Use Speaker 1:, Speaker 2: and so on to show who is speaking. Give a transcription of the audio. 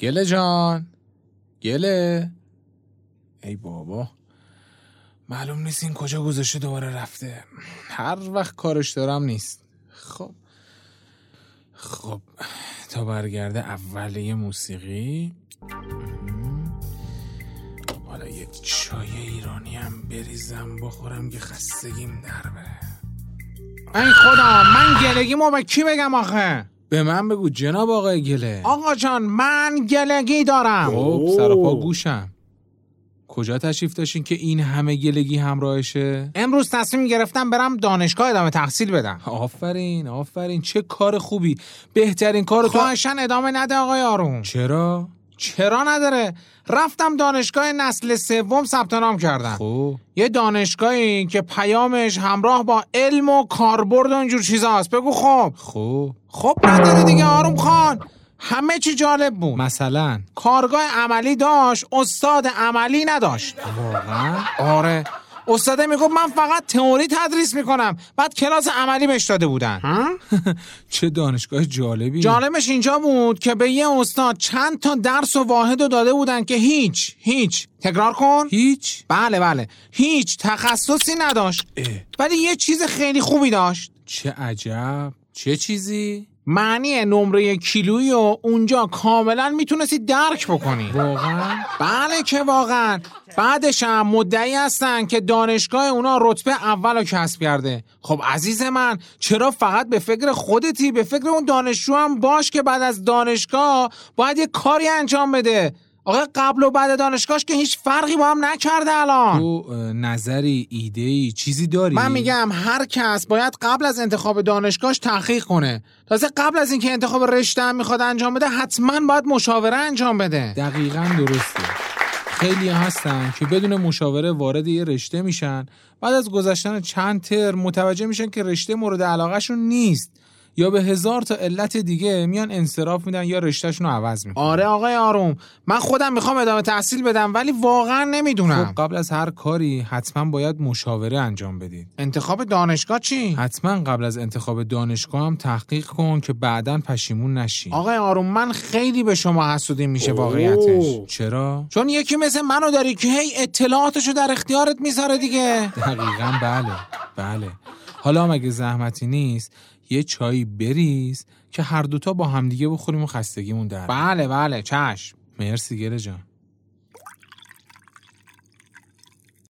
Speaker 1: گله جان گله ای بابا معلوم نیست این کجا گذاشته دوباره رفته هر وقت کارش دارم نیست خب خب تا برگرده اول یه موسیقی حالا یه چای ایرانی هم بریزم بخورم که خستگیم در بره ای خدا من گلگیمو به کی بگم آخه به من بگو جناب آقای گله آقا جان من گلگی دارم خب
Speaker 2: اوه.
Speaker 1: سر و پا گوشم کجا تشریف داشتین که این همه گلگی همراهشه؟ امروز تصمیم گرفتم برم دانشگاه ادامه تحصیل بدم. آفرین، آفرین چه کار خوبی. بهترین کار تو خواهشن ادامه نده آقای آروم. چرا؟ چرا نداره؟ رفتم دانشگاه نسل سوم ثبت نام کردم. خب یه دانشگاهی که پیامش همراه با علم و کاربرد و اینجور چیزاست. بگو خب. خب خب نداره دیگه آروم خان. همه چی جالب بود مثلا کارگاه عملی داشت استاد عملی نداشت واقعا آره استاده میگفت من فقط تئوری تدریس میکنم بعد کلاس عملی بهش داده بودن چه دانشگاه جالبی جالبش اینجا بود که به یه استاد چند تا درس و واحد رو داده بودن که هیچ هیچ تکرار کن هیچ بله بله هیچ تخصصی نداشت ولی یه چیز خیلی خوبی داشت چه عجب چه چیزی معنی نمره کیلویی و اونجا کاملا میتونستی درک بکنی واقعا؟ بله که واقعا بعدش هم مدعی هستن که دانشگاه اونا رتبه اول رو کسب کرده خب عزیز من چرا فقط به فکر خودتی به فکر اون دانشجو هم باش که بعد از دانشگاه باید یه کاری انجام بده آقا قبل و بعد دانشگاهش که هیچ فرقی با هم نکرده الان
Speaker 2: تو نظری ایده چیزی داری
Speaker 1: من میگم هر کس باید قبل از انتخاب دانشگاهش تحقیق کنه تازه قبل از اینکه انتخاب رشته هم میخواد انجام بده حتما باید مشاوره انجام بده
Speaker 2: دقیقا درسته خیلی هستن که بدون مشاوره وارد یه رشته میشن بعد از گذشتن چند تر متوجه میشن که رشته مورد علاقهشون نیست یا به هزار تا علت دیگه میان انصراف میدن یا رشتهشون رو عوض میکنن
Speaker 1: آره آقای آروم من خودم میخوام ادامه تحصیل بدم ولی واقعا نمیدونم
Speaker 2: خب قبل از هر کاری حتما باید مشاوره انجام بدید
Speaker 1: انتخاب دانشگاه چی
Speaker 2: حتما قبل از انتخاب دانشگاه هم تحقیق کن که بعدا پشیمون نشی
Speaker 1: آقای آروم من خیلی به شما حسودی میشه واقعیتش
Speaker 2: چرا
Speaker 1: چون یکی مثل منو داری که هی اطلاعاتشو در اختیارت میذاره دیگه
Speaker 2: دقیقا بله بله حالا هم اگه زحمتی نیست یه چایی بریز که هر دوتا با همدیگه بخوریم و خستگیمون در بیاد.
Speaker 1: بله بله چشم
Speaker 2: مرسی گله جان